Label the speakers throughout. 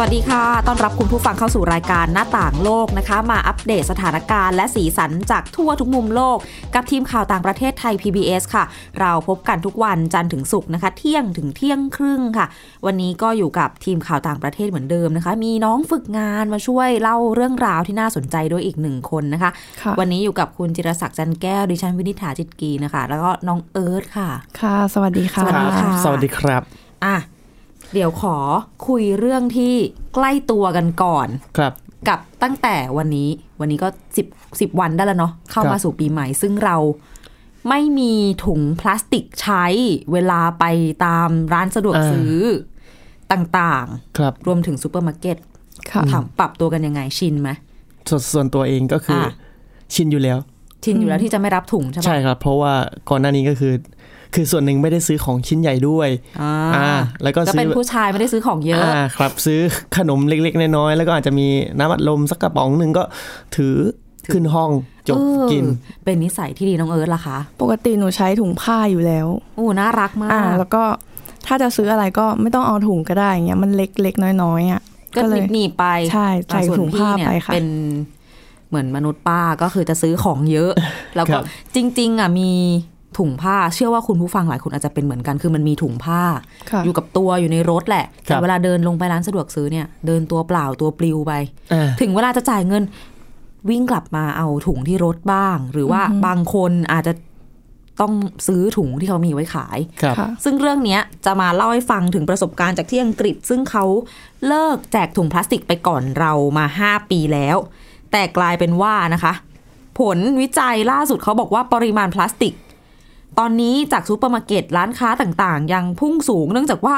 Speaker 1: สวัสดีค่ะ ต้อนรับคุณผู้ฟังเข้าสู่รายการหน้าต่างโลกนะคะ มาอัปเดตสถานการณ์และสีสันจากทั่วทุกมุมโลก กับทีมข่าวต่างประเทศไทย PBS ค่ะ เราพบกันทุกวันจันทร์ถึงศุกร์นะคะ เที่ยงถึงเที่ยงครึ่งค่ะ วันนี้ก็อยู่กับทีมข่าวต่างประเทศเหมือนเดิมนะคะ มีน้องฝึกงานมาช่วยเล่าเรื่องราวที่น่าสนใจด้วยอีกหนึ่งคนนะคะ
Speaker 2: ค่ะ
Speaker 1: วันนี้อยู่กับคุณจิรศักดิ์จันแก้ว ดิฉันวินิษฐาจิตกีนะคะ แล้วก็น้องเอิร์ธค่ะ
Speaker 2: ค่ะ สวัสดีค่ะ
Speaker 1: สวัสดีค่ะ
Speaker 3: สวัสดีครับ
Speaker 1: อ่ะ เดี๋ยวขอคุยเรื่องที่ใกล้ตัวกันก่อน
Speaker 3: ครับ
Speaker 1: กับตั้งแต่วันนี้วันนี้ก็สิบสิบวันได้แล้วเนาะเข้า
Speaker 3: ครั
Speaker 1: มา
Speaker 3: บ
Speaker 1: สู่ปีใหม่ ซึ่งเราไม่มีถุงพลาสติกใช้เวลาไปตามร้านสะดวกซื้ออต่าง
Speaker 3: ครับ
Speaker 1: ๆ รวมถึงซูเปอร์มาร์เก็ต
Speaker 2: ค่ะ
Speaker 1: ถามปรับตัวกันยังไงชินไหม
Speaker 3: ส่วนส่วนตัวเองก็คืออะ ชินอยู่แล้ว
Speaker 1: ชินอยู่แล้วที่จะไม่รับถุงใช่ไหม
Speaker 3: ใช่ครับ เพราะว่าก่อนหน้านี้ก็คือ คือส่วนหนึ่งไม่ได้ซื้อของชิ้นใหญ่ด้วย
Speaker 1: อ่า
Speaker 3: แล้วก็
Speaker 1: ก็
Speaker 3: ซื้
Speaker 1: เป็น
Speaker 3: อ
Speaker 1: ผู้ชายไม่ได้ซื้อของเยอะ
Speaker 3: อ่าครับ ซื้อ ขนมเล็กๆน้อยๆแล้วก็อาจจะมีน้ำอัดลมสักกระป๋องหนึ่งก็ถือขึ้นห้องจบ
Speaker 1: เออ
Speaker 3: กิน
Speaker 1: เป็นนิสัยที่ดีน้องเอิร์ธล่ะคะ
Speaker 2: ปกติหนูใช้ถุงผ้าอยู่แล้ว
Speaker 1: โอ้น่ารักมา
Speaker 2: อ่า
Speaker 1: ก
Speaker 2: แล้วก็ถ้าจะซื้ออะไรก็ไม่ต้องเอาถุงก็ได้อย่างเงี้ย มันเล็กๆ น้อยๆอ่ะ
Speaker 1: ก็ห
Speaker 2: ก็เล
Speaker 1: นี
Speaker 2: ย
Speaker 1: บหนีบไป
Speaker 2: ใช่ใส่
Speaker 1: อ่ะส่วน
Speaker 2: ถุง
Speaker 1: พี่
Speaker 2: ผ้า
Speaker 1: เนี่ย
Speaker 2: ไปค่ะ
Speaker 1: เป็นเหมือนมนุษย์ป้าก็คือจะซื้อของเยอะ แล้ว
Speaker 3: ค
Speaker 1: ก็
Speaker 3: รับ
Speaker 1: จริง ๆอ่ะมีถุงผ้าเชื่อว่าคุณผู้ฟังหลายคนอาจจะเป็นเหมือนกัน คือมันมีถุงผ้า
Speaker 2: ค่ะ
Speaker 1: อยู่กับตัวอยู่ในรถแหละ
Speaker 3: ครั
Speaker 1: แต่
Speaker 3: บ
Speaker 1: เวลาเดินลงไปร้านสะดวกซื้อเนี่ย เดินตัวเปล่าตัวปลิวไป
Speaker 3: อ่า
Speaker 1: ถึงเวลาจะจ่ายเงิน วิ่งกลับมาเอาถุงที่รถบ้าง หรือว่าบางคนอาจจะต้องซื้อถุงที่เขามีไว้ขาย
Speaker 3: ครับ
Speaker 2: ค่ะ
Speaker 1: ซึ่งเรื่องเนี้ยจะมาเล่าให้ฟังถึงประสบการณ์จากที่อังกฤษ ซึ่งเขาเลิกแจกถุงพลาสติกไปก่อนเรามา 5 ปีแล้ว แต่กลายเป็นว่านะคะ ผลวิจัยล่าสุดเขาบอกว่าปริมาณพลาสติก ตอนนี้จากซูเปอร์มาร์เก็ตร้านค้าต่างๆ ยังพุ่งสูงเนื่องจากว่า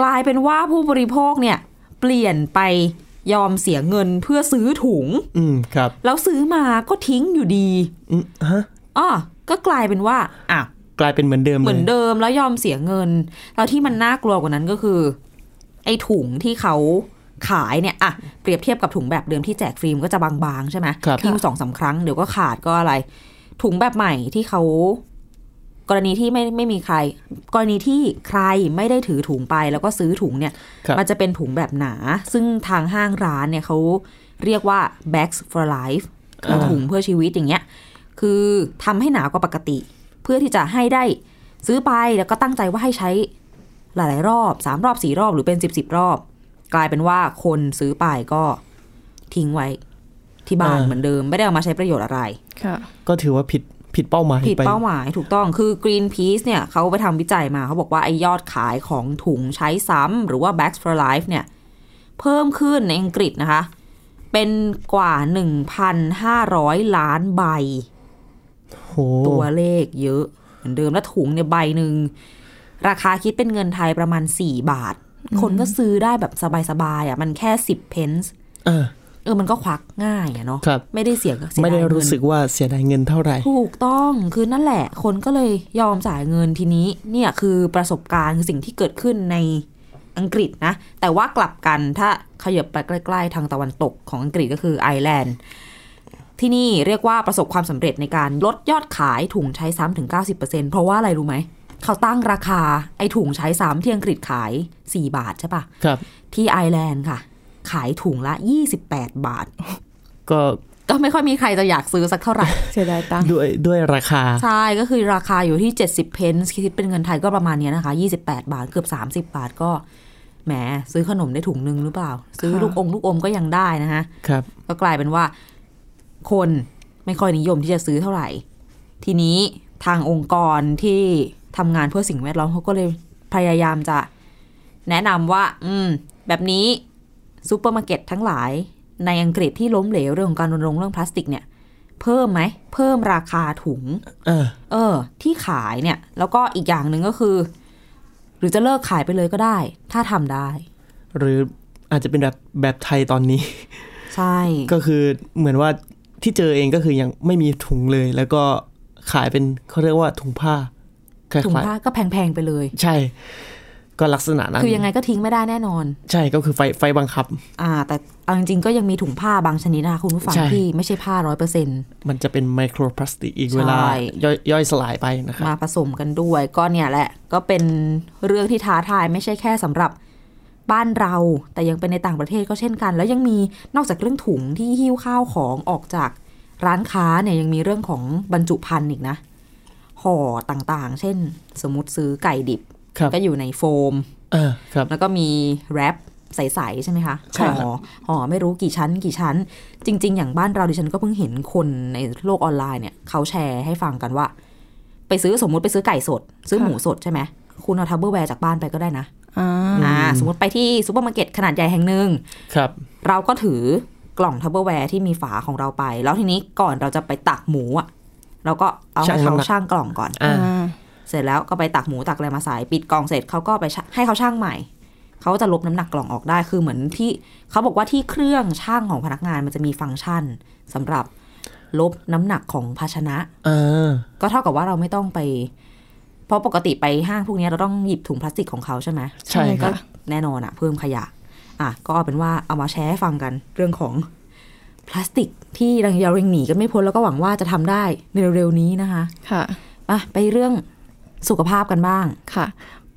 Speaker 1: กลายเป็นว่าผู้บริโภคเนี่ยเปลี่ยนไปยอมเสียเงินเพื่อซื้อถุง
Speaker 3: อืมครับ
Speaker 1: แล้วซื้อมาก็ทิ้งอยู่ดี
Speaker 3: อืมฮะ
Speaker 1: อ้อก็กลายเป็นว่าอ่ะ
Speaker 3: กลายเป็นเหมือนเดิม
Speaker 1: เหมือน
Speaker 3: ลย
Speaker 1: เดิมแล้วยอมเสียเงิน แล้วที่มันน่ากลัวกว่านั้นก็คือ ไอ้ถุงที่เขาขายเนี่ยอะเปรียบเทียบกับถุงแบบเดิมที่แจกฟรีมนก็จะบางๆ ใช่ไหม
Speaker 3: ครับ
Speaker 1: ทิ้งสองสามครั้งเดี๋ยวก็ขาดก็อะไร ถุงแบบใหม่ที่เขา กรณีที่ไม่ไม่มีใคร กรณีที่ใครไม่ได้ถือถุงไปแล้วก็ซื้อถุงเนี่ย
Speaker 3: ครับ
Speaker 1: มันจะเป็นถุงแบบหนา ซึ่งทางห้างร้านเนี่ยเขาเรียกว่า bags for life คือถุงเพื่อชีวิตอย่างเงี้ย คือทำให้หนากว่าปกติ เพื่อที่จะให้ได้ซื้อไปแล้วก็ตั้งใจว่าให้ใช้หลาย ๆ รอบสามรอบสี่รอบหรือเป็นสิบสิบรอบ กลายเป็นว่าคนซื้อไปก็ทิ้งไว้ที่บ้าน
Speaker 3: อ่า
Speaker 1: เหมือนเดิม ไม่ได้เอามาใช้ประโยชน์อะไร
Speaker 2: ค่ะ
Speaker 3: ก็ถือว่าผิดผิดเป้าหมาย
Speaker 1: ผิด
Speaker 3: ไป
Speaker 1: เป้าหมายถูกต้องคือ Greenpeace เนี่ยเขาไปทำวิจัยมาเขาบอกว่าไอยอดขายของถุงใช้ซ้ำหรือว่า bags for life เนี่ย เพิ่มขึ้นในอังกฤษนะคะ เป็นกว่า 1,500 ล้านใบ
Speaker 3: โห
Speaker 1: ตัวเลขเยอะ เหมือนเดิมแล้วถุงเนี่ยใบหนึ่ง ราคาคิดเป็นเงินไทยประมาณ 4 บาท คนก็ซื้อได้แบบสบายๆอ่ะมันแค่ 10 เพนส์
Speaker 3: อ่า
Speaker 1: เออมันก็ควักง่ายอะเนาะ
Speaker 3: ครับ
Speaker 1: ไม่ได้เสียเสี
Speaker 3: ไม่ได้
Speaker 1: ยายเงิน
Speaker 3: รู้สึกว่าเสียดายเงินเท่าไหร่
Speaker 1: ถูกต้องคือนั่นแหละ คนก็เลยยอมจ่ายเงินทีนี้ เนี่ยคือประสบการณ์คือสิ่งที่เกิดขึ้นในอังกฤษนะ แต่ว่ากลับกันถ้าขยับไปใกล้ๆ ทางตะวันตกของอังกฤษก็คือไอร์แลนด์ ที่นี่เรียกว่าประสบความสำเร็จในการลดยอดขายถุงใช้ซ้ำถึง 90%เพราะว่าอะไรรู้ไหม เขาตั้งราคาไอ้ถุงใช้ซ้ำที่อังกฤษขาย 4 บาทใช่ปะ
Speaker 3: ครับ
Speaker 1: ที่ไอร์แลนด์ค่ะ ขายถุงละ 28 บาท
Speaker 3: ก็
Speaker 1: ก็ไม่ค่อยมีใครจะอยากซื้อสักเท่าไหร่
Speaker 2: เสียดายตังค์
Speaker 3: ด้วยด้วยราคา
Speaker 1: ใช่ ก็คือราคาอยู่ที่ 70 เพนส์คิดเป็นเงินไทยก็ประมาณเนี้ยนะคะ 28 บาท เกือบ 30 บาทก็ แหม ซื้อขนมได้ถุงหนึงหรือเปล่า ซื้อ
Speaker 2: ค่ะ
Speaker 1: ลูกองลูกอมก็ยังได้นะคะ
Speaker 3: ครับ
Speaker 1: ก็กลายเป็นว่า คนไม่ค่อยนิยมที่จะซื้อเท่าไหร่ ทีนี้ทางองค์กรที่ทำงานเพื่อสิ่งแวดล้อมเขาก็เลยพยายามจะแนะนำว่า อืม แบบนี้ซูเปอร์มาร์เก็ตทั้งหลาย ในอังกฤษที่ล้มเหลวเรื่องของการรณรงค์เรื่องพลาสติกเนี่ย เพิ่มไหมเพิ่มราคาถุง
Speaker 3: เออ
Speaker 1: เออ ที่ขายเนี่ย แล้วก็อีกอย่างหนึ่งก็คือ หรือจะเลิกขายไปเลยก็ได้ ถ้าทำได้
Speaker 3: หรืออาจจะเป็นแบบแบบไทยตอนนี้
Speaker 1: ใช่
Speaker 3: ก็คือเหมือนว่าที่เจอเองก็คือยังไม่มีถุงเลย แล้วก็ขายเป็นเขาเรียกว่าถุงผ้าคล้ยๆ
Speaker 1: ถุงผ้าก็แพงๆไปเลย
Speaker 3: ใช่ ก็ลักษณะนั้น
Speaker 1: คือยังไงก็ทิ้งไม่ได้แน่นอน
Speaker 3: ใช่ก็คือไฟไฟบังคับ
Speaker 1: อ่า แต่เอาจริงๆก็ยังมีถุงผ้าบางชนิดนะคะคุณผู้ฟัง
Speaker 3: ใช่
Speaker 1: ที่ไม่ใช่ผ้าร้อยเปอร์เซ็นต์
Speaker 3: มันจะเป็นไมโครพลาสติกอีกเวลา
Speaker 1: ใช่
Speaker 3: ย่อยย่อยสลายไปนะครับ
Speaker 1: มาผสมกันด้วยก็เนี่ยแหละ ก็เป็นเรื่องที่ท้าทายไม่ใช่แค่สำหรับบ้านเรา แต่ยังเป็นในต่างประเทศก็เช่นกัน แล้วยังมีนอกจากเรื่องถุงที่หิ้วข้าวของออกจากร้านค้าเนี่ยยังมีเรื่องของบรรจุภัณฑ์อีกนะห่อต่างๆ เช่น สมมติซื้อไก่ดิบ
Speaker 3: ครับ
Speaker 1: ก็อยู่ในโฟม
Speaker 3: อ่าครับ
Speaker 1: แล้วก็มีแรปใส ๆ ใช่ไหมคะ
Speaker 3: ใช่
Speaker 1: ห่อ
Speaker 3: ครับ
Speaker 1: ห่อไม่รู้กี่ชั้นกี่ชั้น จริง ๆ อย่างบ้านเราดิฉันก็เพิ่งเห็นคนในโลกออนไลน์เนี่ย เขาแชร์ให้ฟังกันว่า ไปซื้อสมมุติไปซื้อไก่สด ซื้อหมูสดใช่ไหมคุณเอาทับเบอร์แวร์จากบ้านไปก็ได้นะ
Speaker 2: อ่า
Speaker 1: อ่าสมมติไปที่ซูเปอร์มาร์เก็ตขนาดใหญ่แห่งหนึ่ง
Speaker 3: ครับ
Speaker 1: เราก็ถือกล่องทับเบอร์แวร์ที่มีฝาของเราไป แล้วทีนี้ก่อนเราจะไปตักหมูอ่ะเราก็เอาให้
Speaker 3: ชั่ง
Speaker 1: เขา
Speaker 3: น้ำหนัก
Speaker 1: ช่างกล่องก่อน
Speaker 3: อ่า
Speaker 1: เสร็จแล้วก็ไปตักหมูตักอะไรมาใส่ปิดกล่องเสร็จเขาก็ไปชั่งให้เขาช่างใหม่ เขาจะลบน้ำหนักกล่องออกได้คือเหมือนที่เขาบอกว่าที่เครื่องช่างของพนักงานมันจะมีฟังก์ชันสำหรับลบน้ำหนักของภาชนะ
Speaker 3: อ่า
Speaker 1: ก็เท่ากับว่าเราไม่ต้องไป เพราะปกติไปห้างพวกเนี้ยเราต้องหยิบถุงพลาสติกของเขาใช่ไหม
Speaker 3: ใช่ค
Speaker 1: ก็
Speaker 3: รับ
Speaker 1: แน่นอนอะเพิ่มขยะ อ่ะก็เอาเป็นว่าเอามาแชร์ให้ฟังกันเรื่องของพลาสติกที่ยังเรายังหนีกันไม่พ้นแล้วก็หวังว่าจะทำได้ในเร็วๆนี้นะคะ
Speaker 2: ค่ะ
Speaker 1: อ่ะไปเรื่องสุขภาพกันบ้าง
Speaker 2: ค่ะ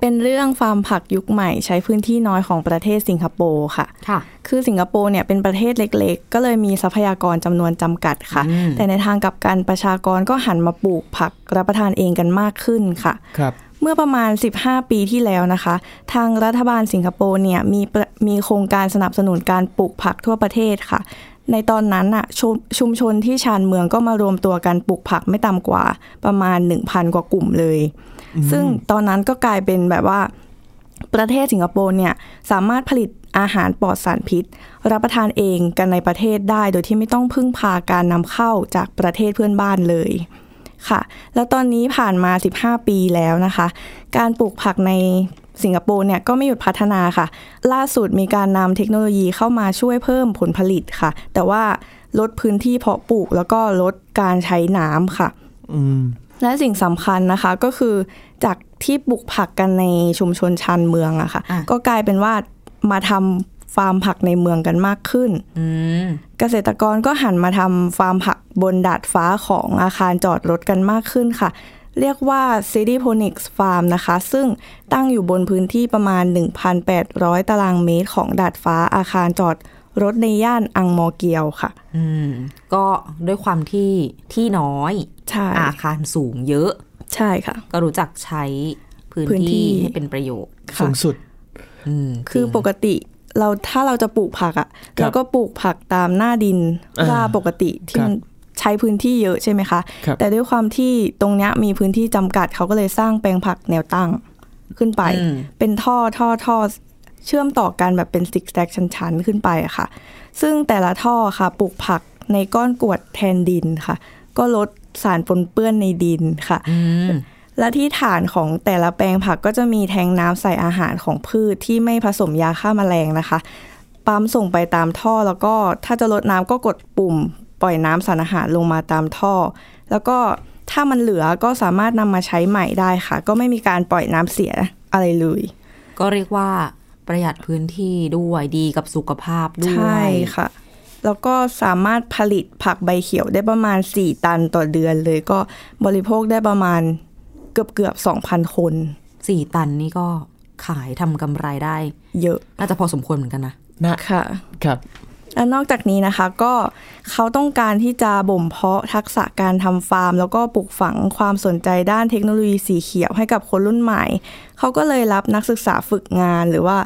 Speaker 2: เป็นเรื่องฟาร์มผักยุคใหม่ใช้พื้นที่น้อยของประเทศสิงคโปร์ค่ะ
Speaker 1: ค่ะ
Speaker 2: คือสิงคโปร์เนี่ยเป็นประเทศเล็ก ๆ ก็เลยมีทรัพยากรจำนวนจำกัดค่ะ
Speaker 1: อืม
Speaker 2: แต่ในทางกลับกันประชากรก็หันมาปลูกผักรับประทานเองกันมากขึ้นค่ะ
Speaker 3: ครับ
Speaker 2: เมื่อประมาณ 15 ปีที่แล้วนะคะ ทางรัฐบาลสิงคโปร์เนี่ยมีประมีโครงการสนับสนุนการปลูกผักทั่วประเทศค่ะ ในตอนนั้นอะชมชุมชนที่ชานเมืองก็มารวมตัวกันปลูกผักไม่ต่ำกว่าประมาณ 1,000 กว่ากลุ่มเลย ซึ่งตอนนั้นก็กลายเป็นแบบว่า ประเทศสิงคโปร์เนี่ยสามารถผลิตอาหารปลอดสารพิษ รับประทานเองกันในประเทศได้ โดยที่ไม่ต้องพึ่งพาการนำเข้าจากประเทศเพื่อนบ้านเลยค่ะ แล้วตอนนี้ผ่านมา 15 ปีแล้วนะคะ การปลูกผักในสิงคโปร์เนี่ยก็ไม่หยุดพัฒนาค่ะ ล่าสุดมีการนำเทคโนโลยีเข้ามาช่วยเพิ่มผลผลิตค่ะ แต่ว่าลดพื้นที่เพาะปลูกแล้วก็ลดการใช้น้ำค่ะ
Speaker 3: อืม
Speaker 2: และสิ่งสำคัญนะคะก็คือจากที่ปลูกผักกันในชุมชนชานเมืองอะค่ะ
Speaker 1: อ่ะ
Speaker 2: ก็กลายเป็นว่ามาทำฟาร์มผักในเมืองกันมากขึ้น
Speaker 1: อืม
Speaker 2: เกษตรกรก็หันมาทำฟาร์มผักบนดาดฟ้าของอาคารจอดรถกันมากขึ้นค่ะ เรียกว่า City Ponics Farm นะคะ ซึ่งตั้งอยู่บนพื้นที่ประมาณ 1,800 ตารางเมตรของดาดฟ้าอาคารจอดรถในย่านอังมอร์เกียวค่ะ
Speaker 1: อืม ก็ด้วยความที่ที่น้อย
Speaker 2: ใช่
Speaker 1: อาคารสูงเยอะ
Speaker 2: ใช่ค่ะ
Speaker 1: ก็รู้จักใช้พื้น
Speaker 2: พื้นที่
Speaker 1: ที่ให้เป็นประโยชน์
Speaker 3: สูงสุด
Speaker 1: อืม
Speaker 2: คือ
Speaker 1: จริง
Speaker 2: ปกติเราถ้าเราจะปลูกผักอะ่ะ
Speaker 3: ครับ
Speaker 2: เราก็ปลูกผักตามหน้าดิน
Speaker 3: อ่า
Speaker 2: ราปกติที่
Speaker 3: ครับ
Speaker 2: มันใช้พื้นที่เยอะใช่ไหมคะ
Speaker 3: ครับ
Speaker 2: แต่ด้วยความที่ตรงเนี้ยมีพื้นที่จำกัดเขาก็เลยสร้างแปลงผักแนวตั้งขึ้นไป
Speaker 1: อืม
Speaker 2: เป็นท่อท่อท่อเชื่อมต่อกันแบบเป็นสิกแซกชั้นๆ ขึ้นไปอะค่ะ ซึ่งแต่ละท่อค่ะปลูกผักในก้อนกรวดแทนดินค่ะ ก็ลดสารปนเปื้อนในดินค่ะ
Speaker 1: อืม
Speaker 2: และที่ฐานของแต่ละแปลงผักก็จะมีแทงน้ำใส่อาหารของพืชที่ไม่ผสมยาฆ่าแมลงนะคะ ปั๊มส่งไปตามท่อแล้วก็ถ้าจะลดน้ำก็กดปุ่ม ปล่อยน้ำสารอาหารลงมาตามท่อ แล้วก็ถ้ามันเหลือก็สามารถนำมาใช้ใหม่ได้ค่ะ ก็ไม่มีการปล่อยน้ำเสียอะไรเลย
Speaker 1: ก็เรียกว่าประหยัดพื้นที่ด้วยดีกับสุขภาพด้ว
Speaker 2: ใช่
Speaker 1: ย
Speaker 2: ค่ะ แล้วก็สามารถผลิตผักใบเขียวได้ประมาณ 4 ตันต่อเดือนเลยก็บริโภคได้ประมาณเกือบเกือบ2,000 คน
Speaker 1: สี่ตันนี่ก็ขายทำกำไรได้
Speaker 2: เยอะ
Speaker 1: น่าจะพอสมควรเหมือนกันนะ
Speaker 3: นะ
Speaker 2: ค่ะ
Speaker 3: ครับ
Speaker 2: และนอกจากนี้นะคะก็เขาต้องการที่จะบ่มเพาะทักษะการทำฟาร์ม แล้วก็ปลูกฝังความสนใจด้านเทคโนโลยีสีเขียวให้กับคนรุ่นใหม่ เขาก็เลยรับนักศึกษาฝึกงานหรือว่า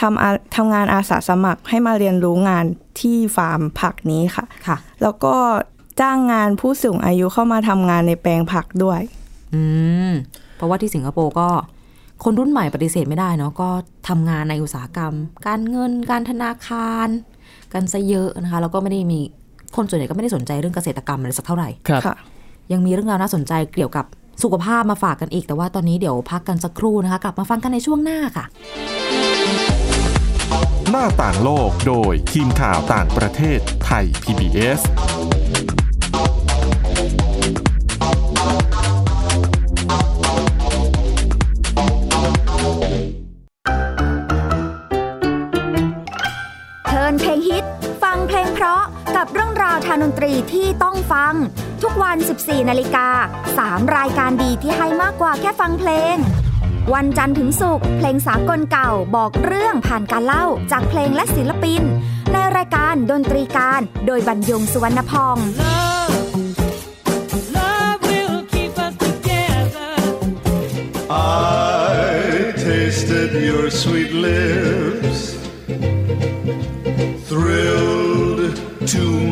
Speaker 2: ทำอาทำงานอาสาสมัครให้มาเรียนรู้งานที่ฟาร์มผักนี้ค่ะ
Speaker 1: ค่ะ
Speaker 2: แล้วก็จ้างงานผู้สูงอายุเข้ามาทำงานในแปลงผักด้วย
Speaker 1: อืม เพราะว่าที่สิงคโปร์ก็คนรุ่นใหม่ปฏิเสธไม่ได้เนาะก็ทำงานในอุตสาหกรรม การเงินการธนาคาร กันซะเยอะนะคะ แล้วก็ไม่ได้มีคนส่วนใหญ่ก็ไม่ได้สนใจเรื่องเกษตรกรรมอะไรสักเท่าไหร่
Speaker 3: ครับ
Speaker 2: ค่ะ
Speaker 1: ยังมีเรื่องราวน่าสนใจเกี่ยวกับสุขภาพมาฝากกันอีก แต่ว่าตอนนี้เดี๋ยวพักกันสักครู่นะคะ กลับมาฟังกันในช่วงหน้าค่ะ
Speaker 4: หน้าต่างโลกโดยทีมข่าวต่างประเทศไทย PBS
Speaker 5: เ ลินเพลงฮิต ฟังเพลงเพราะกับเรื่องราวทางดนตรีที่ต้องฟัง ทุกวัน 14 นาฬิกา 3 รายการดีที่ให้มากกว่าแค่ฟังเพลง วันจันทร์ถึงศุกร์เพลงสากลเก่าบอกเรื่องผ่านการเล่าจากเพลงและศิลปิน ในรายการดนตรีการโดยบรรยงสุวรรณพองษ์
Speaker 6: Love will keep us together.
Speaker 7: I tasted your sweet lips, thrilled to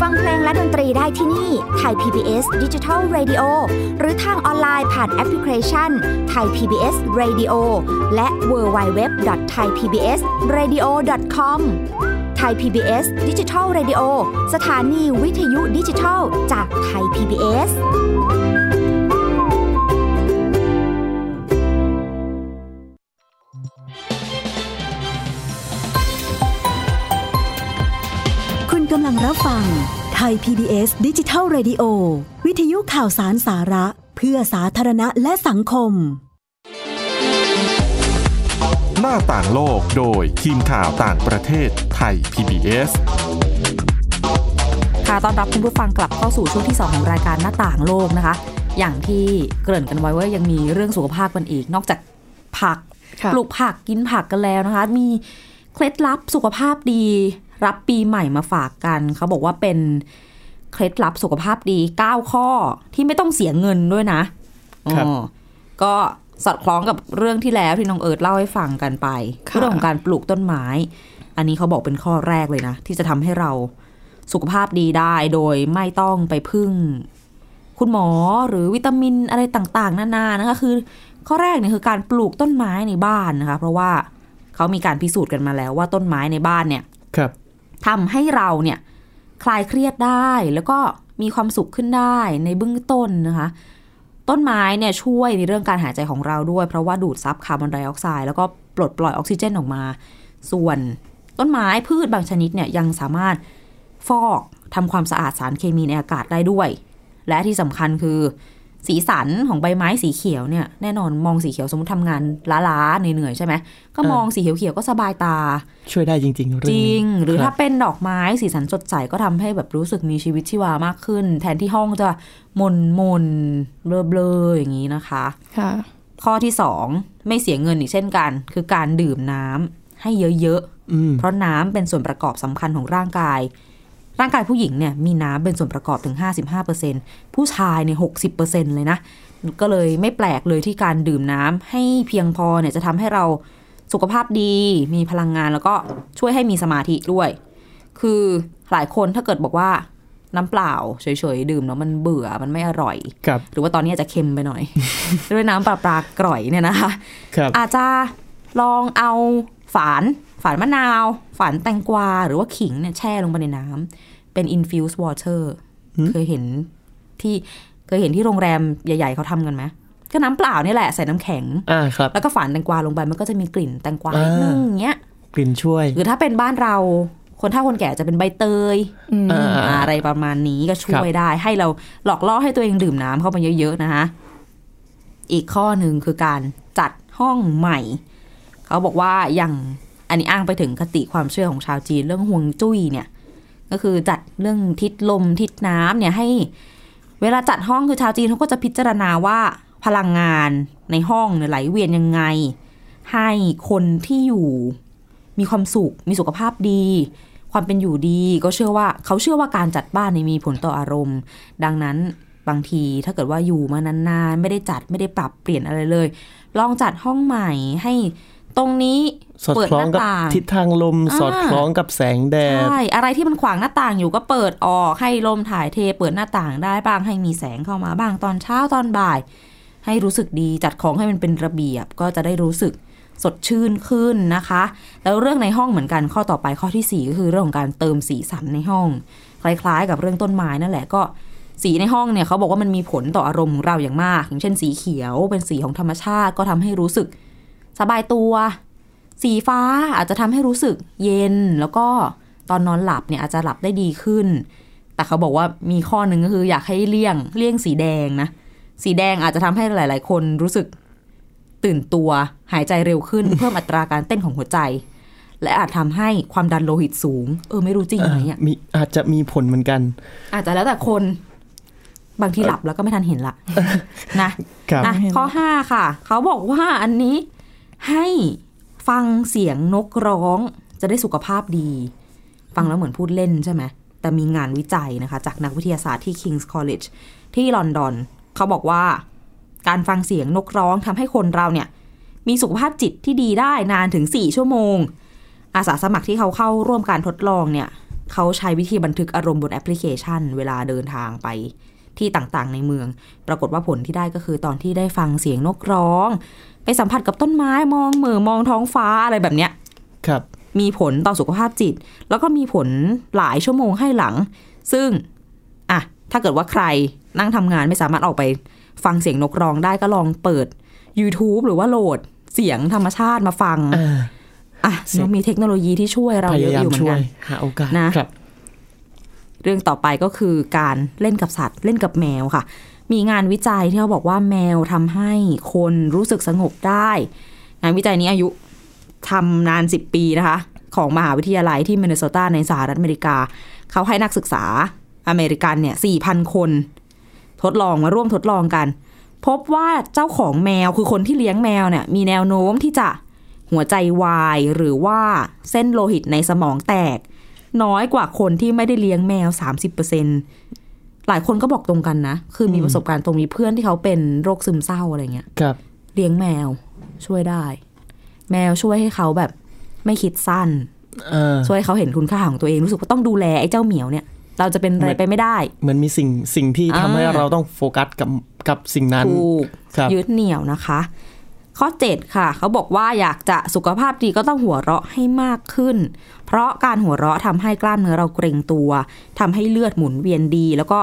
Speaker 5: ฟังเพลงและดนตรีได้ที่นี่ไทย PBS Digital Radio หรือทางออนไลน์ผ่านแอปพลิเคชันไทย PBS Radio และ w w w t h a i p b s r a d i o c o m ไทย PBS Digital Radio สถานีวิทยุดิจิทัลจากไทย PBS
Speaker 8: คุณกำลังรับฟังไทย PBS ดิจิทัล Radio วิทยุข่าวสารสาระ เพื่อสาธารณะและสังคม
Speaker 4: หน้าต่างโลกโดยทีมข่าวต่างประเทศไทย PBS
Speaker 1: ค่ะต้อนรับคุณผู้ฟังกลับเข้าสู่ช่วงที่ 2 ของรายการหน้าต่างโลกนะคะ อย่างที่เกริ่นกันไว้ว่ายังมีเรื่องสุขภาพกันอีก นอกจากผัก
Speaker 2: ค่ะ
Speaker 1: ปลูกผักกินผักกันแล้วนะคะ มีเคล็ดลับสุขภาพดี รับปีใหม่มาฝากกัน เขาบอกว่าเป็นเคล็ดลับสุขภาพดี 9 ข้อที่ไม่ต้องเสียเงินด้วยนะครับ อ๋อก็สอดคล้องกับเรื่องที่แล้วที่น้องเอิร์ดเล่าให้ฟังกันไป
Speaker 2: ค่ะ
Speaker 1: เรื่องของการปลูกต้นไม้ อันนี้เขาบอกเป็นข้อแรกเลยนะ ที่จะทำให้เราสุขภาพดีได้โดยไม่ต้องไปพึ่ง คุณหมอหรือวิตามินอะไรต่างๆ นานานะคะคือ ข้อแรกเนี่ยคือการปลูกต้นไม้ในบ้านนะคะ เพราะว่าเขามีการพิสูจน์กันมาแล้วว่าต้นไม้ในบ้านเนี่ย
Speaker 3: ครับ
Speaker 1: ทำให้เราเนี่ยคลายเครียดได้แล้วก็มีความสุขขึ้นได้ในเบื้องต้นนะคะ ต้นไม้เนี่ยช่วยในเรื่องการหายใจของเราด้วย เพราะว่าดูดซับคาร์บอนไดออกไซด์แล้วก็ปลดปล่อยออกซิเจนออกมา ส่วนต้นไม้พืชบางชนิดเนี่ยยังสามารถฟอกทำความสะอาดสารเคมีในอากาศได้ด้วย และที่สำคัญคือ สีสันของใบไม้สีเขียวเนี่ยแน่นอนมองสีเขียวสมมติทำงานล้าๆเหนื่อยๆใช่ไหมก็
Speaker 3: เออ
Speaker 1: มองสีเขียวๆก็สบายตา
Speaker 3: ช่วยได้จริง ๆ เรื่
Speaker 1: จ
Speaker 3: อง
Speaker 1: ริ
Speaker 3: นี้
Speaker 1: ง หรือ
Speaker 3: ค
Speaker 1: ถ้า
Speaker 3: บ
Speaker 1: เป็นดอกไม้สีสันสดใสก็ทำให้แบบรู้สึกมีชีวิตชีวามากขึ้น แทนที่ห้องจะหมนมนๆเบลอเบลอๆอย่างนี้นะคะ
Speaker 2: ค่ะ
Speaker 1: ข้อที่สองไม่เสียเงินอีกเช่นกัน คือการดื่มน้ำให้เยอะ
Speaker 3: อืม
Speaker 1: ๆ เพราะน้ำเป็นส่วนประกอบสำคัญของร่างกาย ร่างกายผู้หญิงเนี่ยมีน้ำเป็นส่วนประกอบถึง 55%ผู้ชายเนี่ย60%เลยนะ ก็เลยไม่แปลกเลยที่การดื่มน้ำให้เพียงพอเนี่ยจะทำให้เราสุขภาพดี มีพลังงานแล้วก็ช่วยให้มีสมาธิด้วย คือหลายคนถ้าเกิดบอกว่าน้ำเปล่าเฉยๆดื่มแล้วมันเบื่อมันไม่อร่อย
Speaker 3: ครับ
Speaker 1: หรือว่าตอนนี้อาจจะเค็มไปหน่อย ด้วยน้ำปลาปลากร่อยเนี่ยนะคะ
Speaker 3: ครับ
Speaker 1: อาจจะลองเอาฝานฝานมะนาว ฝานแตงกวา หรือว่าขิงเนี่ยแช่ลงไปในน้ำเป็น infused water
Speaker 3: หืม
Speaker 1: เคยเห็นที่เคยเห็นที่โรงแรมใหญ่ ๆ เขาทำกันไหมก็น้ำเปล่านี่แหละใส่น้ำแข็ง
Speaker 3: อ่าครับ
Speaker 1: แล้วก็ฝานแตงกวาลงไปมันก็จะมีกลิ่นแตงกวา
Speaker 3: อ่า
Speaker 1: นิดนึงอย่างเงี้ย
Speaker 3: กลิ่นช่วย
Speaker 1: หรือถ้าเป็นบ้านเราคนเฒ่าคนแก่จะเป็นใบเตย
Speaker 2: อืม
Speaker 3: อ่า
Speaker 1: อะไรประมาณนี้ก็ช่วย
Speaker 3: ครับ
Speaker 1: ได้ ให้เราหลอกล่อให้ตัวเองดื่มน้ำเข้าไปเยอะๆนะคะอีกข้อหนึ่งคือการจัดห้องใหม่ เขาบอกว่าอย่างอันนี้อ้างไปถึงคติความเชื่อของชาวจีนเรื่องห่วงจุ้ยเนี่ย ก็คือจัดเรื่องทิศลมทิศน้ำเนี่ยให้ เวลาจัดห้องคือชาวจีนเขาก็จะพิจารณาว่าพลังงานในห้องเนี่ยไหลเวียนยังไง ให้คนที่อยู่มีความสุข มีสุขภาพดี ความเป็นอยู่ดีก็เชื่อว่าเขาเชื่อว่าการจัดบ้านเนี่ยมีผลต่ออารมณ์ ดังนั้น บางทีถ้าเกิดว่าอยู่มานานๆ ไม่ได้จัดไม่ได้ปรับเปลี่ยนอะไรเลย ลองจัดห้องใหม่ให้ตรงนี้
Speaker 3: สอด
Speaker 1: เปิด
Speaker 3: คล้
Speaker 1: ห
Speaker 3: อง
Speaker 1: น้า
Speaker 3: กับ
Speaker 1: ต่าง
Speaker 3: ทิศทางลม
Speaker 1: อ่า
Speaker 3: สอดคล้องกับแสงแดด
Speaker 1: ใช่ อะไรที่มันขวางหน้าต่างอยู่ก็เปิดออกให้ลมถ่ายเทเปิดหน้าต่างได้บ้างให้มีแสงเข้ามาบ้างตอนเช้าตอนบ่าย ให้รู้สึกดีจัดของให้มันเป็นระเบียบ ก็จะได้รู้สึกสดชื่นขึ้นนะคะ แล้วเรื่องในห้องเหมือนกันข้อต่อไปข้อที่สี่ก็คือเรื่องของการเติมสีสันในห้อง คล้ายๆ กับเรื่องต้นไม้นั่นแหละก็ สีในห้องเนี่ยเขาบอกว่ามันมีผลต่ออารมณ์ของเราอย่างมาก อย่างเช่นสีเขียวเป็นสีของธรรมชาติ ก็ทำให้รู้สึกสบายตัว สีฟ้าอาจจะทำให้รู้สึกเย็นแล้วก็ตอนนอนหลับเนี่ยอาจจะหลับได้ดีขึ้น แต่เขาบอกว่ามีข้อหนึ่งก็คืออยากให้เลี่ยงเลี่ยงสีแดงนะ สีแดงอาจจะทำให้หลาย ๆ คนรู้สึกตื่นตัวหายใจเร็วขึ้น เพิ่มอัตราการเต้นของหัวใจ และอาจทำให้ความดันโลหิตสูง เออไม่รู้จริงไหมอ่ะ
Speaker 3: มีอาจจะมีผลเหมือนกัน
Speaker 1: อาจจะแล้วแต่คน บางทีหลับแล้วก็ไม่ทันเห็น ละนะ
Speaker 3: ครับ
Speaker 1: นะข้อห้าค่ะ เขาบอกว่าอันนี้ให้ฟังเสียงนกร้องจะได้สุขภาพดี ฟังแล้วเหมือนพูดเล่นใช่ไหม แต่มีงานวิจัยนะคะ จากนักวิทยาศาสตร์ที่ King's College ที่ลอนดอน เขาบอกว่า การฟังเสียงนกร้องทำให้คนเราเนี่ย มีสุขภาพจิตที่ดีได้นานถึง 4 ชั่วโมง อาสาสมัครที่เขาเข้าร่วมการทดลองเนี่ย เขาใช้วิธีบันทึกอารมณ์บนแอปพลิเคชัน เวลาเดินทางไป ที่ต่างๆ ในเมือง ปรากฏว่าผลที่ได้ก็คือตอนที่ได้ฟังเสียงนกร้อง ไปสัมผัสกับต้นไม้มองเหมือมองท้องฟ้าอะไรแบบเนี้ย
Speaker 3: ครับ
Speaker 1: มีผลต่อสุขภาพจิต แล้วก็มีผลหลายชั่วโมงให้หลัง ซึ่งอ่ะถ้าเกิดว่าใครนั่งทำงานไม่สามารถออกไปฟังเสียงนกร้องได้ก็ลองเปิด YouTube หรือว่าโหลดเสียงธรรมชาติมาฟังอ่ะมันมีเทคโนโลยีที่ช่วยเรา
Speaker 3: พ
Speaker 1: เย
Speaker 3: ยา
Speaker 1: อะ
Speaker 3: ยา
Speaker 1: อ
Speaker 3: ม
Speaker 1: ยู่เหมือน
Speaker 3: ช่ว
Speaker 1: กั
Speaker 3: ย
Speaker 1: น
Speaker 3: หาโอกาส
Speaker 1: นะ
Speaker 3: ครับ
Speaker 1: เรื่องต่อไปก็คือการเล่นกับสัตว์ เล่นกับแมวค่ะ มีงานวิจัยที่เขาบอกว่าแมวทำให้คนรู้สึกสงบได้ งานวิจัยนี้อายุทำนาน 10 ปีนะคะ ของมหาวิทยาลัยที่มินนโซตาในสหรัฐอเมริกา เขาให้นักศึกษาอเมริกันเนี่ย 4,000 คน ทดลองมาร่วมทดลองกัน พบว่าเจ้าของแมวคือคนที่เลี้ยงแมวเนี่ยมีแนวโน้มที่จะหัวใจวายหรือว่าเส้นโลหิตในสมองแตก น้อยกว่าคนที่ไม่ได้เลี้ยงแมว 30%หลายคนก็บอกตรงกันนะ คือมีประสบการณ์ตรงมีเพื่อนที่เขาเป็นโรคซึมเศร้าอะไรเงี้ย
Speaker 3: ครับ
Speaker 1: เลี้ยงแมวช่วยได้ แมวช่วยให้เขาแบบไม่คิดสั้น
Speaker 3: เออ
Speaker 1: ช่วยให้เขาเห็นคุณค่าของตัวเองรู้สึกว่าต้องดูแลไอ้เจ้าเหมียวเนี่ย เราจะเป็นอะไรไปไม่ได้
Speaker 3: เหมือนมีสิ่งสิ่งที่ทำให้
Speaker 1: อ่า
Speaker 3: เราต้องโฟกัสกับกับสิ่งนั้น
Speaker 1: ถูก
Speaker 3: ครับ
Speaker 1: ยึดเหนี่ยวนะคะ ข้อ 7 ค่ะ เขาบอกว่าอยากจะสุขภาพดีก็ต้องหัวเราะให้มากขึ้น เพราะการหัวเราะทำให้กล้ามเนื้อเราเกร็งตัวทำให้เลือดหมุนเวียนดี แล้วก็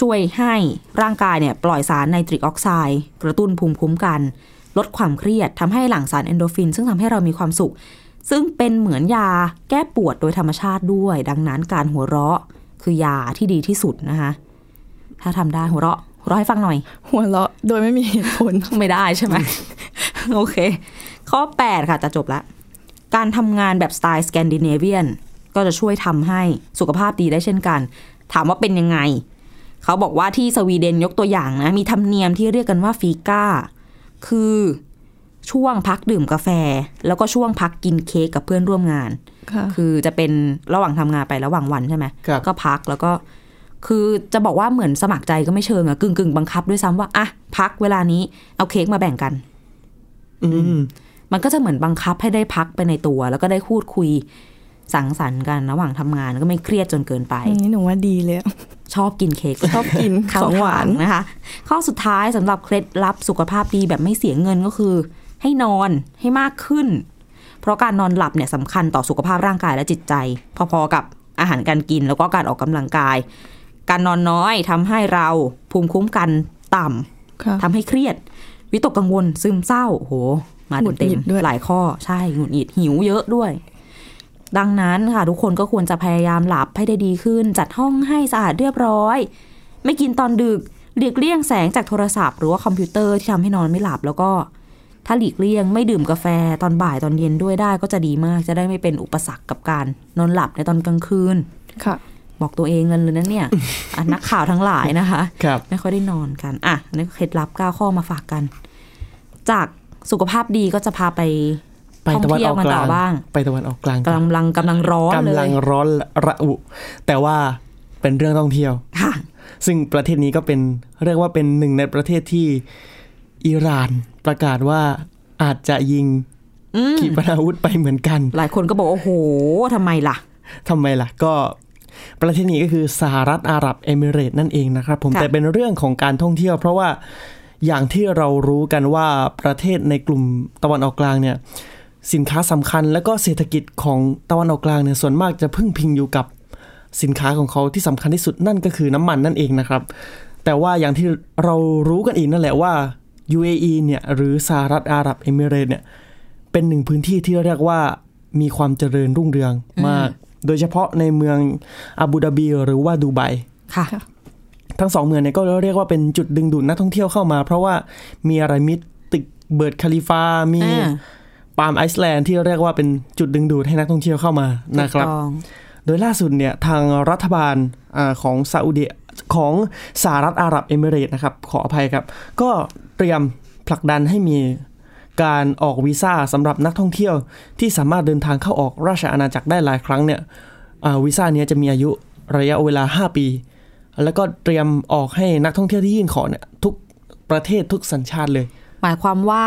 Speaker 1: ช่วยให้ร่างกายเนี่ยปล่อยสารไนตริกออกไซด์กระตุ้นภูมิคุ้มกัน ลดความเครียดทำให้หลั่งสารเอนโดรฟิน ซึ่งทำให้เรามีความสุข ซึ่งเป็นเหมือนยาแก้ปวดโดยธรรมชาติด้วย ดังนั้นการหัวเราะคือยาที่ดีที่สุดนะคะถ้าทำได้หัวเราะหัวเราะให้ฟังหน่อย
Speaker 2: หัวเราะโดยไม่มีเหตุผล
Speaker 1: ไม่ได้ใช่ไหม โอเค ข้อ 8 ค่ะจะจบละ การทำงานแบบสไตล์สแกนดิเนเวียนก็จะช่วยทำให้สุขภาพดีได้เช่นกัน ถามว่าเป็นยังไง เขาบอกว่าที่สวีเดนยกตัวอย่างนะ มีธรรมเนียมที่เรียกกันว่าฟีก้า คือช่วงพักดื่มกาแฟ แล้วก็ช่วงพักกินเค้กกับเพื่อนร่วมงาน
Speaker 2: ค่ะ
Speaker 1: คือจะเป็นระหว่างทำงานไประหว่างวันใช่ไหม
Speaker 3: ครับ
Speaker 1: ก็พักแล้วก็ คือจะบอกว่าเหมือนสมัครใจก็ไม่เชิงอะกึ่งกึ่งๆบังคับด้วยซ้ำว่าอ่ะพักเวลานี้เอาเค้กมาแบ่งกัน
Speaker 3: อืม
Speaker 1: มันก็จะเหมือนบังคับให้ได้พักไปในตัว แล้วก็ได้พูดคุยสังสรรค์กันระหว่างทำงานแล้วก็ไม่เครียดจนเกินไป
Speaker 2: อันนี้หนูว่าดีเลยอะ
Speaker 1: ชอบกินเค้ก
Speaker 2: ชอบ กิน
Speaker 1: ข้า
Speaker 2: ข
Speaker 1: ว
Speaker 2: อง
Speaker 1: หวาว
Speaker 2: หาน น
Speaker 1: นะคะ ข้อสุดท้ายสำหรับเคล็ดลับสุขภาพดีแบบไม่เสียเงินก็คือ ให้นอนให้มากขึ้น เพราะการนอนหลับเนี่ยสำคัญต่อสุขภาพร่างกายและจิตใจ พอๆกับอาหารการกินแล้วก็การออกกำลังกาย การนอนน้อยทำให้เราภูมิคุ้มกันต่ำ
Speaker 2: ค่ะ
Speaker 1: ทำให้เครียด วิตกกังวลซึมเศร้าโห มา
Speaker 2: หงุด
Speaker 1: เต็
Speaker 2: หงิ
Speaker 1: ม
Speaker 2: ดด้วย
Speaker 1: ๆหลายข้อใช่หงุดหงิดหิวเยอะด้วย ดังนั้นค่ะ ทุกคนก็ควรจะพยายามหลับให้ได้ดีขึ้น จัดห้องให้สะอาดเรียบร้อย ไม่กินตอนดึกหลีกเลี่ยงแสงจากโทรศัพท์หรือว่าคอมพิวเตอร์ที่ทำให้นอนไม่หลับแล้วก็ ถ้าหลีกเลี่ยงไม่ดื่มกาแฟตอนบ่ายตอนเย็นด้วยได้ก็จะดีมาก จะได้ไม่เป็นอุปสรรคกับการนอนหลับในตอนกลางคืน
Speaker 2: ค่ะ
Speaker 1: บอกตัวเองกันเลยนะเนี่ย อ่ะนักข่าวทั้งหลายนะคะ
Speaker 3: ครับ
Speaker 1: ไม่ค่อยได้นอนกัน อ่ะอันนี่เคล็ดลับ 9 ข้อมาฝากกัน จากสุขภาพดีก็จะพาไป
Speaker 3: ไปตะวั
Speaker 1: ท่อง
Speaker 3: นออกก
Speaker 1: เที่ยวกันต่อ
Speaker 3: ลา
Speaker 1: ง บ้าง
Speaker 3: ไปตะวันออกกลาง
Speaker 1: กำลังกำลังร้อนเลย
Speaker 3: กำลังร้อนระอุ แต่ว่าเป็นเรื่องท่องเที่ยว
Speaker 1: ค่ะ
Speaker 3: ซึ่งประเทศนี้ก็เป็นเรียกว่าเป็นหนึ่งในประเทศที่อิหร่านประกาศว่าอาจจะยิงขีปนาวุธไปเหมือนกัน
Speaker 1: หลายคนก็บอกโอ้โหทำไมล่ะ
Speaker 3: ทำไมล่ะก็ประเทศนี้ก็คือสหรัฐอาหรับเอมิเรตส์นั่นเองนะครับผม
Speaker 1: ค่ะ
Speaker 3: แต่เป็นเรื่องของการท่องเที่ยว เพราะว่าอย่างที่เรารู้กันว่าประเทศในกลุ่มตะวันออกกลางเนี่ยสินค้าสำคัญและก็เศรษฐกิจของตะวันออกกลางเนี่ยส่วนมากจะพึ่งพิงอยู่กับสินค้าของเขาที่สำคัญที่สุดนั่นก็คือน้ำมันนั่นเองนะครับ แต่ว่าอย่างที่เรารู้กันอีกนั่นแหละว่า UAE เนี่ยหรือสหรัฐอาหรับเอมิเรตส์เนี่ย เป็นหนึ่งพื้นที่ที่เรียกว่ามีความเจริญรุ่งเรืองมาก โดยเฉพาะในเมืองอาบูดาบีหรือว่าดูไบ
Speaker 1: ค่ะ
Speaker 3: ทั้งสองเมืองเนี่ยก็เรียกว่าเป็นจุดดึงดูดนักท่องเที่ยวเข้ามา เพราะว่ามีอะไรมิตึกเบิร์ดคาลิฟา มี
Speaker 1: อ่า
Speaker 3: ปาล์มไอซ์แลนด์ที่เรียกว่าเป็นจุดดึงดูดให้นักท่องเที่ยวเข้ามานะครับ
Speaker 1: ถูกต้อง
Speaker 3: โดยล่าสุดเนี่ยทางรัฐบาลอาของซาอุดิของสหรัฐอาหรับเอมิเรตส์นะครับ ขออภัยครับ ก็เตรียมผลักดันให้มีการออกวีซ่าสำหรับนักท่องเที่ยว ที่สามารถเดินทางเข้าออกราชอาณาจักรได้หลายครั้งเนี่ยอ่าวีซ่าเนี้ยจะมีอายุระยะเวลา 5 ปี แล้วก็เตรียมออกให้นักท่องเที่ยวที่ยื่นขอเนี่ยทุกประเทศทุกสัญชาติเลย
Speaker 1: หมายความว่า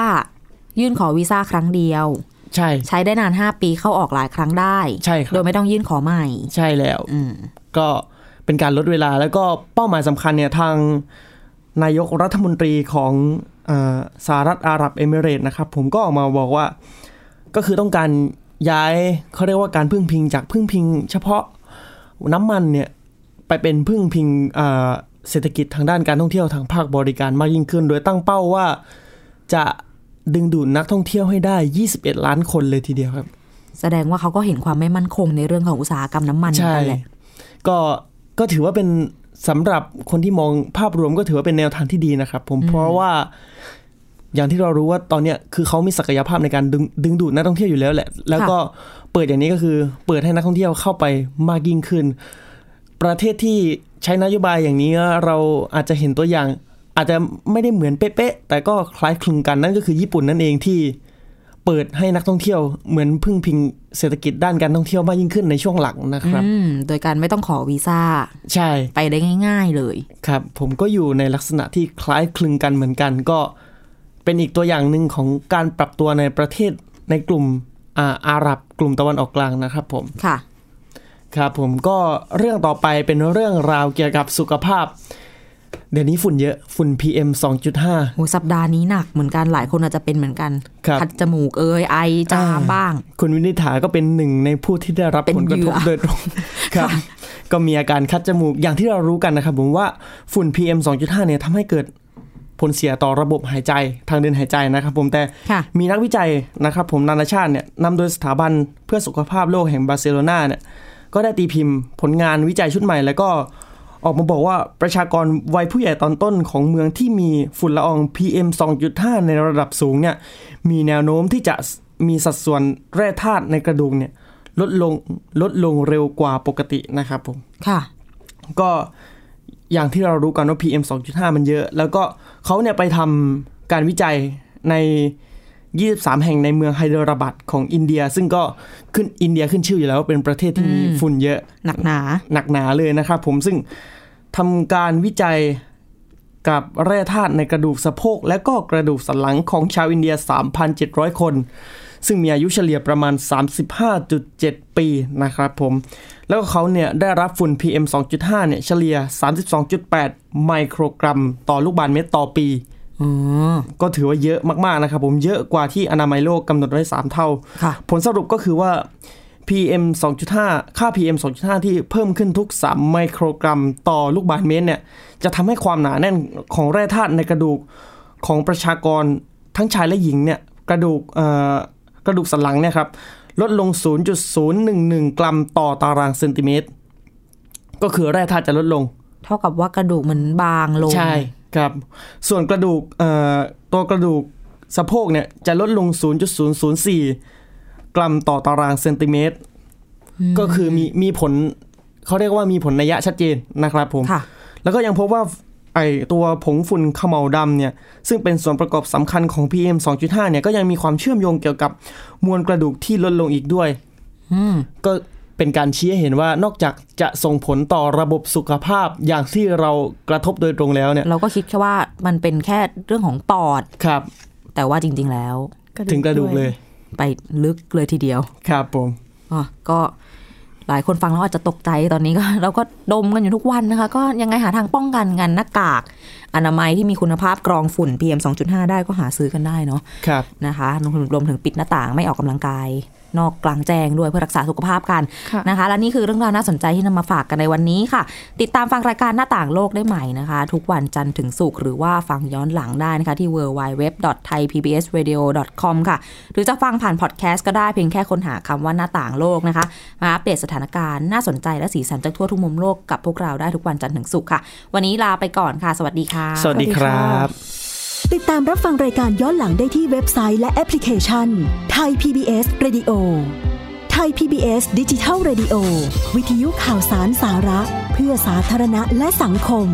Speaker 1: ยื่นขอวีซ่าครั้งเดียว
Speaker 3: ใช่
Speaker 1: ใช้ได้นาน 5 ปีเข้าออกหลายครั้งได้
Speaker 3: ใช่ครับ
Speaker 1: โดยไม่ต้องยื่นขอใหม่
Speaker 3: ใช่แล้ว
Speaker 1: อืม
Speaker 3: ก็เป็นการลดเวลาแล้วก็เป้าหมายสำคัญเนี่ยทางนายกรัฐมนตรีของเออสหรัฐอาหรับเอมิเรตส์นะครับ ผมก็ออกมาบอกว่าก็คือต้องการย้ายเขาเรียกว่าการพึ่งพิงจากพึ่งพิง เฉพาะน้ำมันเนี่ย ไปเป็นพึ่งพิงเอ่อเศรษฐกิจทางด้านการท่องเที่ยวทางภาคบริการมากยิ่งขึ้น โดยตั้งเป้าว่าจะดึงดูดนักท่องเที่ยวให้ได้ 21 ล้านคนเลยทีเดียวครับ
Speaker 1: แสดงว่าเขาก็เห็นความไม่มั่นคงในเรื่องของอุตสาหกรรมน้ำมันเหมือน
Speaker 3: ใช่
Speaker 1: กันแหละ
Speaker 3: ก็ ก็ถือว่าเป็นสำหรับคนที่มองภาพรวมก็ถือว่าเป็นแนวทางที่ดีนะครับ ผม เพราะว่า อย่างที่เรารู้ว่าตอนเนี้ยคือเขามีศักยภาพในการดึงดึงดูดนักท่องเที่ยวอยู่แล้วแหละ แล้วก็เปิดอย่างนี้ก็คือ เปิดให้นักท่องเที่ยวเข้าไปมากยิ่งขึ้น ประเทศที่ใช้นโยบายอย่างนี้เราอาจจะเห็นตัวอย่าง อาจจะไม่ได้เหมือนเป๊ะๆแต่ก็คล้ายคลึงกันนั่นก็คือญี่ปุ่นนั่นเองที่เปิดให้นักท่องเที่ยวเหมือนพึ่งพิงเศรษฐกิจด้านการท่องเที่ยวมากยิ่งขึ้นในช่วงหลังนะครับ
Speaker 1: อืม โดยการไม่ต้องขอวีซ่า
Speaker 3: ใช่
Speaker 1: ไปได้ง่าย ๆ เลย
Speaker 3: ครับผมก็อยู่ในลักษณะที่คล้ายคลึงกันเหมือนกัน ก็เป็นอีกตัวอย่างหนึ่งของการปรับตัวในประเทศในกลุ่มอาอาหรับกลุ่มตะวันออกกลางนะครับผม
Speaker 1: ค่ะ
Speaker 3: ครับผมก็เรื่องต่อไปเป็นเรื่องราวเกี่ยวกับสุขภาพ เดี๋ยวนี้ฝุ่นเยอะฝุ่น PM 2.5
Speaker 1: โหสัปดาห์นี้หนักเหมือนกันหลายคนอาจจะเป็นเหมือนกัน
Speaker 3: ครับ
Speaker 1: คัดจมูกเอยไอจามบ้าง
Speaker 3: คุณวินิษฐาก็เป็นหนึ่งในผู้ที่ได้รับ
Speaker 1: เป็น
Speaker 3: ผลกระทบ
Speaker 1: เหยื่อ
Speaker 3: โดยตรง ครับ ก็มีอาการคัดจมูกอย่างที่เรารู้กันนะครับผมว่าฝุ่น PM 2.5 เนี่ยทำให้เกิดผลเสียต่อระบบหายใจทางเดินหายใจนะครับผมแต่
Speaker 1: ค่ะ
Speaker 3: มีนักวิจัยนะครับผมนานาชาติเนี่ยนำโดยสถาบันเพื่อสุขภาพโลกแห่งบาร์เซโลนาเนี่ยก็ได้ตีพิมพ์ผลงานวิจัยชุดใหม่ แล้วก็ออกมาบอกว่าประชากรวัยผู้ใหญ่ตอนต้นของเมืองที่มีฝุ่นละออง PM 2.5 ในระดับสูงเนี่ยมีแนวโน้มที่จะมีสัดส่วนแร่ธาตุในกระดูกเนี่ยลดลงลดลงเร็วกว่าปกตินะครับผม
Speaker 1: ค่ะ
Speaker 3: ก็อย่างที่เรารู้กันว่า PM 2.5 มันเยอะ แล้วก็เขาเนี่ยไปทำการวิจัยใน 23 แห่งในเมืองไฮเดราบัดของอินเดีย ซึ่งก็ขึ้นอินเดียขึ้นชื่ออยู่แล้วว่าเป็นประเทศที่มีฝุ่นเยอะ
Speaker 1: หนักหนา
Speaker 3: หนักหนาเลยนะครับผมซึ่งทำการวิจัยกับแร่ธาตุในกระดูกสะโพก และก็กระดูกสันหลังของชาวอินเดีย 3,700 คน ซึ่งมีอายุเฉลี่ยประมาณ 35.7 ปีนะครับผม แล้วก็เขาเนี่ยได้รับฝุ่น PM 2.5 เนี่ยเฉลี่ย 32.8 ไมโครกรัมต่อลูกบาศก์เมตรต่อปี
Speaker 1: อ๋อ
Speaker 3: ก็ถือว่าเยอะมาก ๆ นะครับผมเยอะกว่าที่อนามัยโลกกำหนดไว้ 3 เท่า
Speaker 1: ค่ะ
Speaker 3: ผลสรุปก็คือว่า PM 2.5 ค่า PM 2.5 ที่เพิ่มขึ้นทุก 3 ไมโครกรัมต่อลูกบาศก์เมตรเนี่ย จะทำให้ความหนาแน่นของแร่ธาตุในกระดูกของประชากรทั้งชายและหญิงเนี่ย กระดูกเอ่อกระดูกสันหลังเนี่ยครับ ลดลง 0.011 กรัมต่อตารางเซนติเมตร ก็คือแร่ธาตุจะลดลง
Speaker 1: เท่ากับว่ากระดูกมันบางลง
Speaker 3: ใช่ครับส่วนกระดูกเอ่อตัวกระดูกสะโพกเนี่ยจะลดลง 0.004 กรัมต่อตารางเซนติเมตร ก็คือมีมีผลเขาเรียกว่ามีผลนัยยะชัดเจนนะครับผม
Speaker 1: ค่ะ
Speaker 3: แล้วก็ยังพบว่าไอตัวผงฝุ่นขมเหลาวดำเนี่ยซึ่งเป็นส่วนประกอบสำคัญของ PM 2.5 เนี่ยก็ยังมีความเชื่อมโยงเกี่ยวกับมวลกระดูกที่ลดลงอีกด้วย
Speaker 1: อืม
Speaker 3: ก็ เป็นการชี้ให้เห็นว่านอกจากจะส่งผลต่อระบบสุขภาพอย่างที่เรากระทบโดยตรงแล้วเนี่ย
Speaker 1: เราก็คิดแค่ว่ามันเป็นแค่เรื่องของปอด
Speaker 3: ครับ
Speaker 1: แต่ว่าจริง ๆ แล้ว
Speaker 3: ถึงกระดูกเลย
Speaker 1: ไปลึกเลยทีเดียว
Speaker 3: ครับผม
Speaker 1: อ๋อก็หลายคนฟังแล้วอาจจะตกใจตอนนี้ก็ เราก็ดมกันอยู่ทุกวันนะคะ ก็ยังไงหาทางป้องกันกันหน้ากาก อนามัยที่มีคุณภาพกรองฝุ่น PM 2.5 ได้ก็หาซื้อกันได้เนาะ
Speaker 3: ครับ
Speaker 1: นะคะรวมถึงปิดหน้าต่างไม่ออกกำลังกาย นอกกลางแจ้งด้วยเพื่อรักษาสุขภาพกัน
Speaker 2: ค่ะ
Speaker 1: นะคะ และนี่คือเรื่องราวน่าสนใจที่นำมาฝากกันในวันนี้ค่ะ ติดตามฟังรายการหน้าต่างโลกได้ใหม่นะคะ ทุกวันจันทร์ถึงศุกร์หรือว่าฟังย้อนหลังได้นะคะ ที่ www.thaipbsradio.com ค่ะ หรือจะฟังผ่านพอดแคสต์ก็ได้เพียงแค่ค้นหาคำว่าหน้าต่างโลกนะคะ มาอัปเดตสถานการณ์น่าสนใจและสีสันจากทั่วทุกมุมโลกกับพวกเราได้ทุกวันจันทร์ถึงศุกร์ค่ะ วันนี้ลาไปก่อนค่ะ สวัสดีค่ะ
Speaker 3: สวัสดีครับ
Speaker 8: ติดตามรับฟังรายการย้อนหลังได้ที่เว็บไซต์และแอปพลิเคชันไทย PBS Radio ไทย PBS ดิจิทัล Radio วิทยุข่าวสารสาระ เพื่อสาธารณะและสังคม